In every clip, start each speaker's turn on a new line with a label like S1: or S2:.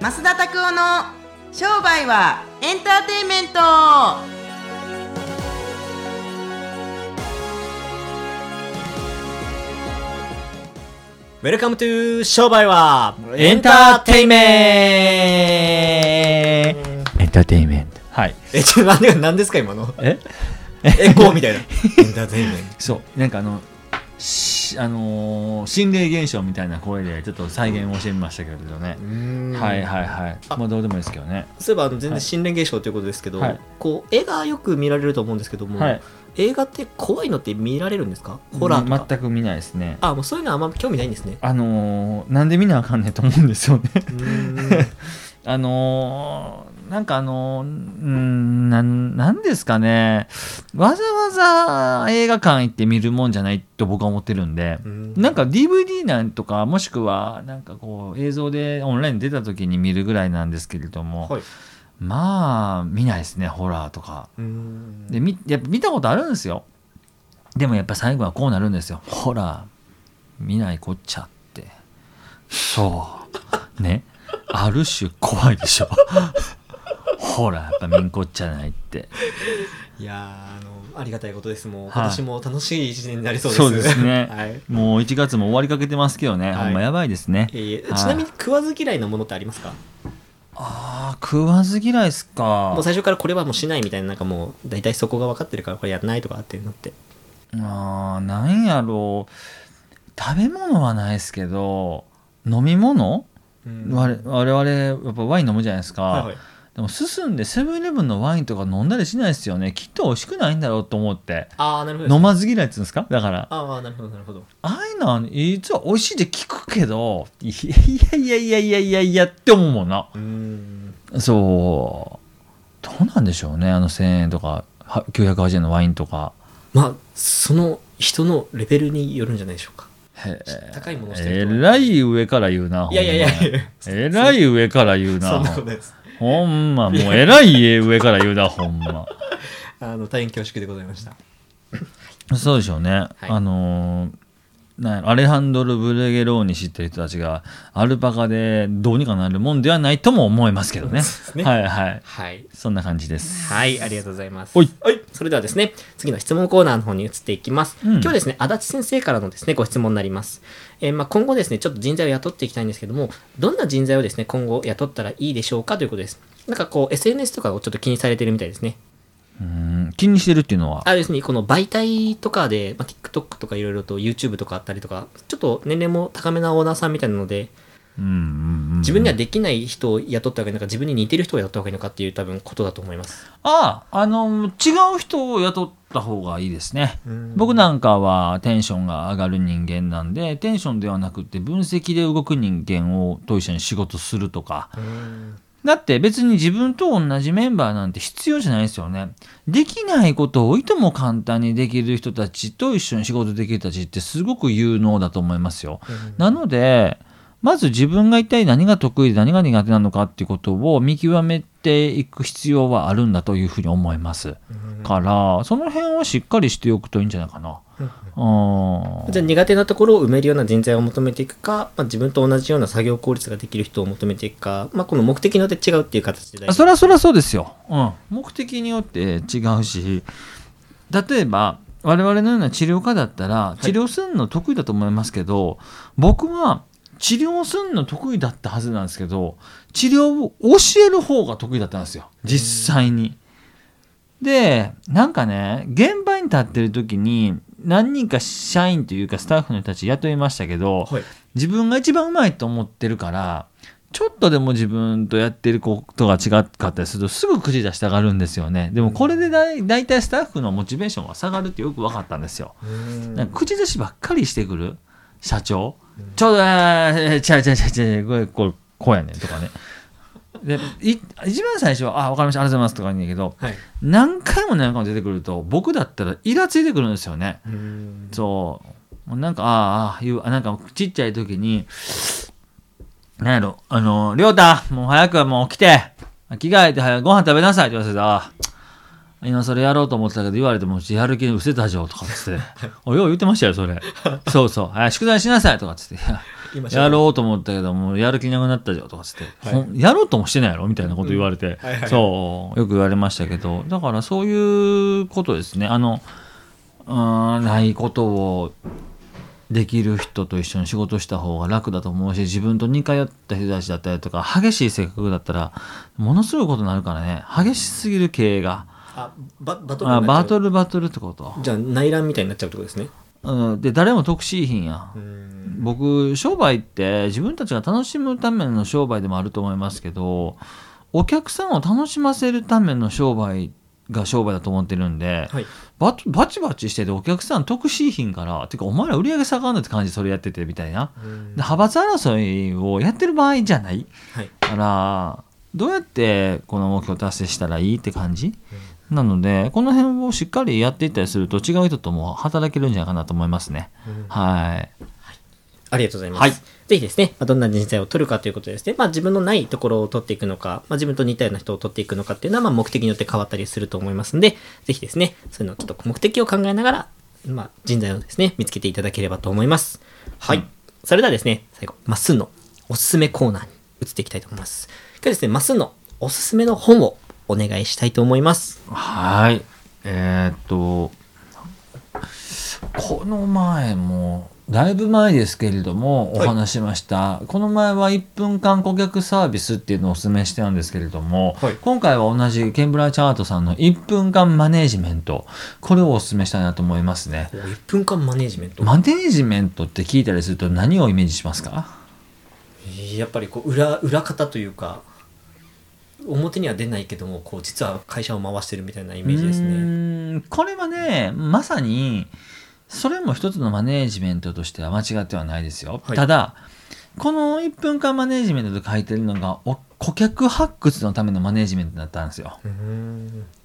S1: 増田拓夫の商売はエンターテインメント
S2: ウェルカムトゥー商売は
S3: エンターテイメント
S4: エンターテインメント。
S3: はい。
S2: え、ちょ、なんで、なんですか今の。
S3: え
S2: エコーみたい な。エンターテインメント。
S3: そう。なんかあの、しあのー心霊現象みたいな声でちょっと再現をしてみましたけれどね。はいはいはい。まあどうでもいいですけどね。
S2: そういえばあの全
S3: は
S2: 然
S3: い
S2: 心霊現象ということですけど、
S3: はい
S2: こう映画よく見られると思うんですけども、
S3: はい。
S2: 映画って怖いのって見られるんですかホラーとか、
S3: うん全く見ないですね。
S2: あもうそういうのはあんま興味ないんですね
S3: あのーなんで見なあかんねんと思うんですよね。
S2: うーん
S3: あのーなんかあのーうーんなんなんですかねわざわざ映画館行って見るもんじゃないと僕は思ってるんで、なんか DVD なんとかもしくはなんかこう映像でオンラインで出た時に見るぐらいなんですけれども、
S2: はい
S3: まあ見ないですねホラーとか
S2: うーん
S3: でみやっぱ見たことあるんですよでもやっぱ最後はこうなるんですよホラー見ないこっちゃってそう ねある種怖いでしょ ほらやっぱ見んこっちゃないって
S2: いやーあのありがたいことですもう、
S3: はい
S2: 今年も楽しい一年になりそうです
S3: そうですね
S2: はい
S3: もう1月も終わりかけてますけどね、
S2: はい
S3: ほんまやばいですね
S2: えー
S3: はい
S2: ちなみに食わず嫌いなものってありますか
S3: あー食わず嫌いっすか
S2: もう最初からこれはもうしないみたいななんかもう大体そこが分かってるからこれやらないとかっていうのって
S3: あーなんやろう食べ物はないですけど飲み物、我我々やっぱワイン飲むじゃないですか、
S2: はいはい
S3: でも進んでセブンイレブンのワインとか飲んだりしないですよねきっと美味しくないんだろうと思って
S2: ああなるほど
S3: 飲まず嫌いっつうんですかだからあ
S2: ああなるほどなるほど
S3: あいうのは実は美味しいって聞くけどいやいやいやいやいやいやって思うもんな
S2: うーん
S3: そうどうなんでしょうねあの1000円とかは980円のワインとか
S2: まあその人のレベルによるんじゃないでしょうか
S3: へ
S2: 高いものをして
S3: え
S2: ると
S3: らい上から言うなほん
S2: いや
S3: ま
S2: いやいやいや
S3: えらい上から言 う
S2: そんな
S3: な
S2: ことないです
S3: ほんまもうえらい上から言うなほん ま
S2: あの大変恐縮でございました
S3: そうでしょうね、
S2: い
S3: あのーなんやろアレハンドル・ブレゲローニ知ってる人たちがアルパカでどうにかなるもんではないとも思いますけどね
S2: そうですね
S3: はいはい
S2: はい
S3: そんな感じです
S2: はいありがとうございます
S3: おい
S2: はいそれではですね次の質問コーナーの方に移っていきます、
S3: うん
S2: 今日ですね足立先生からのですねご質問になります、えーまあ、今後ですねちょっと人材を雇っていきたいんですけどもどんな人材をですね今後雇ったらいいでしょうかということですなんかこう SNS とかをちょっと気にされてるみたいですね
S3: うん気にしてるっていうのは
S2: あですね、この媒体とかで、まあ、TikTok とかいろいろと YouTube とかあったりとか、ちょっと年齢も高めなオーナーさんみたいなので、
S3: うんうんうん
S2: 自分にはできない人を雇った方がいいのか、自分に似てる人を雇った方がいいのかっていう多分ことだと思います。
S3: ああの違う人を雇った方がいいですね僕なんかはテンションが上がる人間なんでテンションではなくて分析で動く人間をと一緒に仕事するとかだって別に自分と同じメンバーなんて必要じゃないですよね。できないことをいとも簡単にできる人たちと一緒に仕事できる人たちってすごく有能だと思いますよ。なので、まず自分が一体何が得意で何が苦手なのかっていうことを見極めていく必要はあるんだというふうに思います。から、その辺をしっかりしておくといいんじゃないかな。うん
S2: じゃあ苦手なところを埋めるような人材を求めていくか、まあ、自分と同じような作業効率ができる人を求めていくか、まあ、この目的によって違うっていう形で大
S3: あ
S2: 事
S3: そりゃそりゃそうですよ、うん、目的によって違うし例えば我々のような治療家だったら治療するの得意だと思いますけど、僕は治療するの得意だったはずなんですけど治療を教える方が得意だったんですよ実際に。でなんかね現場に立ってる時に何人か社員というかスタッフの人たち雇いましたけど、
S2: はい
S3: 自分が一番うまいと思ってるからちょっとでも自分とやってることが違かったりするとすぐ口出したがるんですよねでもこれでだい大体スタッフのモチベーションが下がるってよく分かったんですよなんか口出しばっかりしてくる社長ちょうどあーちゃうちゃうちゃうちゃうこれこれこうやねんとかねでい一番最初は「あ分かりましたありがとうございます」とか言うんだけど
S2: はい。
S3: 何回も何回も出てくると僕だったらイラついてくるんですよね
S2: うん
S3: そうもうなんかああああいうあなんかちっちゃい時になんやろあの亮太もう早くもう起きて着替えて早くご飯食べなさいって言われてたああ今それやろうと思ってたけど言われてもうやる気 失せたじゃんとかっつっておよう言ってましたよそれそうそうあ宿題しなさいとかっつっていや
S2: 今
S3: やろうと思ったけどもうやる気なくなったよとかつって、
S2: はい
S3: ほんやろうともしてないやろみたいなこと言われて、
S2: はいはい
S3: そうよく言われましたけどだからそういうことですねあのうーんないことをできる人と一緒に仕事した方が楽だと思うし自分と似通った人たちだったりとか激しい性格だったらものすごいことになるからね激しすぎる経営が
S2: あババトル
S3: あバト
S2: ル
S3: ルバトルってこと、
S2: じゃあ内乱みたいになっちゃうってことですね
S3: うん、で誰も得しいひんや
S2: う
S3: ん
S2: ん
S3: 僕商売って自分たちが楽しむための商売でもあると思いますけどお客さんを楽しませるための商売が商売だと思ってるんで、
S2: はい
S3: バチバチバチしててお客さん得しい品からてかお前ら売り上げ下がるんだって感じでそれやっててみたいな、で派閥争いをやってる場合じゃない
S2: はい
S3: だからどうやってこの目標達成したらいいって感じ、なのでこの辺をしっかりやっていったりすると違う人とも働けるんじゃないかなと思いますね、はい
S2: ありがとうございます。
S3: はい
S2: ぜひですね、まあどんな人材を取るかということですね、まあ、自分のないところを取っていくのか、まあ、自分と似たような人を取っていくのかっていうのは、まあ、目的によって変わったりすると思いますので、ぜひですね、そういうのをちょっと目的を考えながら、まあ、人材をですね、見つけていただければと思います。はい。それではですね、最後、まっすーのおすすめコーナーに移っていきたいと思います。今日ですね、まっすーのおすすめの本をお願いしたいと思います。
S3: はい。えーっと、この前も、だいぶ前ですけれども、お話ししました、この前は1分間顧客サービスっていうのをお勧めしてたんですけれども、
S2: はい
S3: 今回は同じケンブラーチャートさんの1分間マネージメント、これをお勧めしたいなと思いますね。
S2: 1分間マネジメント。
S3: マネージメントって聞いたりすると何をイメージしますか
S2: やっぱりこう裏裏方というか表には出ないけどもこう実は会社を回してるみたいなイメージです
S3: う
S2: ね。
S3: ーんこれはねまさにそれも一つのマネージメントとしては間違ってはないですよ、
S2: はい
S3: ただこの1分間マネージメントと書いてるのがお顧客発掘のためのマネージメントだったんですよ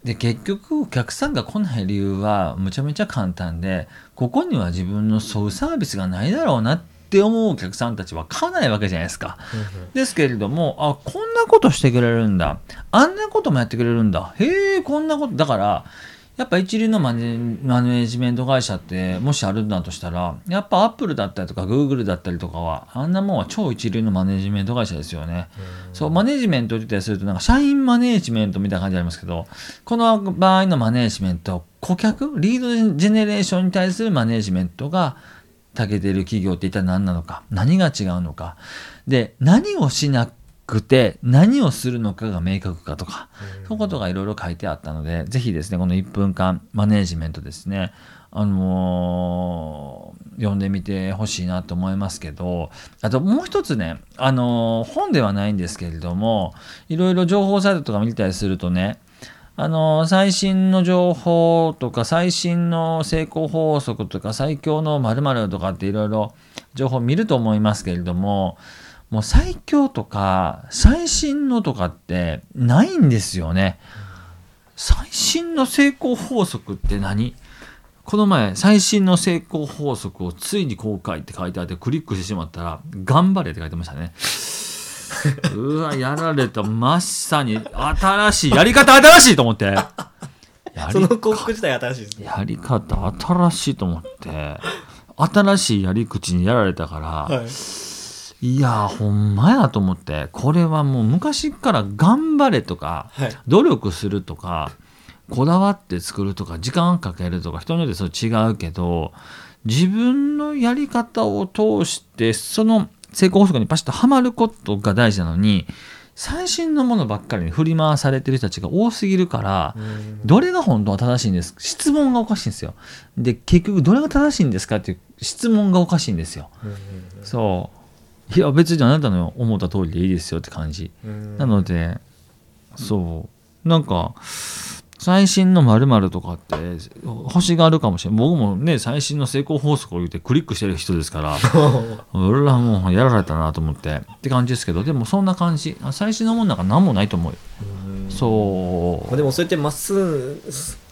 S3: で結局お客さんが来ない理由はむちゃめちゃ簡単でここには自分のそういうサービスがないだろうなって思うお客さんたちは来ないわけじゃないですかですけれども、あ、こんなことしてくれるんだ。あんなこともやってくれるんだ。へえ、こんなこと。だから、やっぱ一流のマネマネージメント会社って、もしあるんだとしたら、やっぱアップルだったりとか、グーグルだったりとかは、あんなもんは超一流のマネージメント会社ですよね。そう、マネージメント自体すると、なんか社員マネージメントみたいな感じありますけど、この場合のマネージメント、顧客、リードジェネレーションに対するマネージメントが、長けてる企業って一体何なのか何が違うのかで何をしなくて何をするのかが明確かとかそういうことがいろいろ書いてあったのでぜひですねこの1分間マネージメントですねあのー読んでみてほしいなと思いますけどあともう一つねあのー本ではないんですけれどもいろいろ情報サイトとか見たりするとねあの最新の情報とか最新の成功法則とか最強の〇〇とかっていろいろ情報見ると思いますけれどももう最強とか最新のとかってないんですよね。最新の成功法則って何この前最新の成功法則をついに公開って書いてあってクリックしてしまったら「頑張れ」って書いてましたね。うわ、やられた。まさに、新しい。やり方新しいと思って。や
S2: そ
S3: り
S2: の広告自体新しいですね。
S3: やり方新しいと思って。新しいやり口にやられたから、
S2: はい、
S3: い、やほんまやと思ってこれはもう昔から頑張れとか、
S2: はい
S3: 努力するとかこだわって作るとか時間かけるとか人によってそう違うけど自分のやり方を通してその成功法則にパシッとはまることが大事なのに最新のものばっかりに振り回されてる人たちが多すぎるからどれが本当は正しいんですか質問がおかしいんですよ。で結局どれが正しいんですかっていう質問がおかしいんですよ。そういや別にあなたの思った通りでいいですよって感じ。なのでそうなんか最新の〇〇とかって星があるかもしれない僕もね最新の成功法則を言ってクリックしてる人ですから俺らもうやられたなと思ってって感じですけどでもそんな感じあ最新のもんなんか何もないと思うよそ
S2: まあ、でもそうやってまっすぐ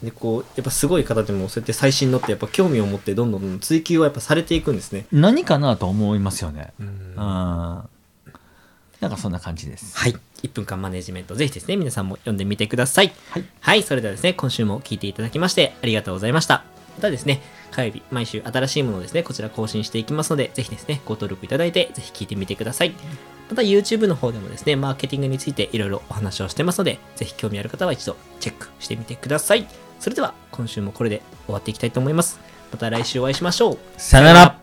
S2: でこうやっぱすごい方でもそうやって最新のってやっぱ興味を持ってどんどんどんどん追求はやっぱされていくんですね。
S3: う何かなと思いますよねうんなんかそんな感じです
S2: はい。1分間マネジメント、ぜひですね、皆さんも読んでみてください。はい。それではですね、今週も聞いていただきまして、ありがとうございました。またですね、火曜日、毎週新しいものをですね、こちら更新していきますので、ぜひですね、ご登録いただいて、ぜひ聞いてみてください。また YouTube の方でもですね、マーケティングについていろいろお話をしてますので、ぜひ興味ある方は一度チェックしてみてください。それでは、今週もこれで終わっていきたいと思います。また来週お会いしましょう。
S3: さよなら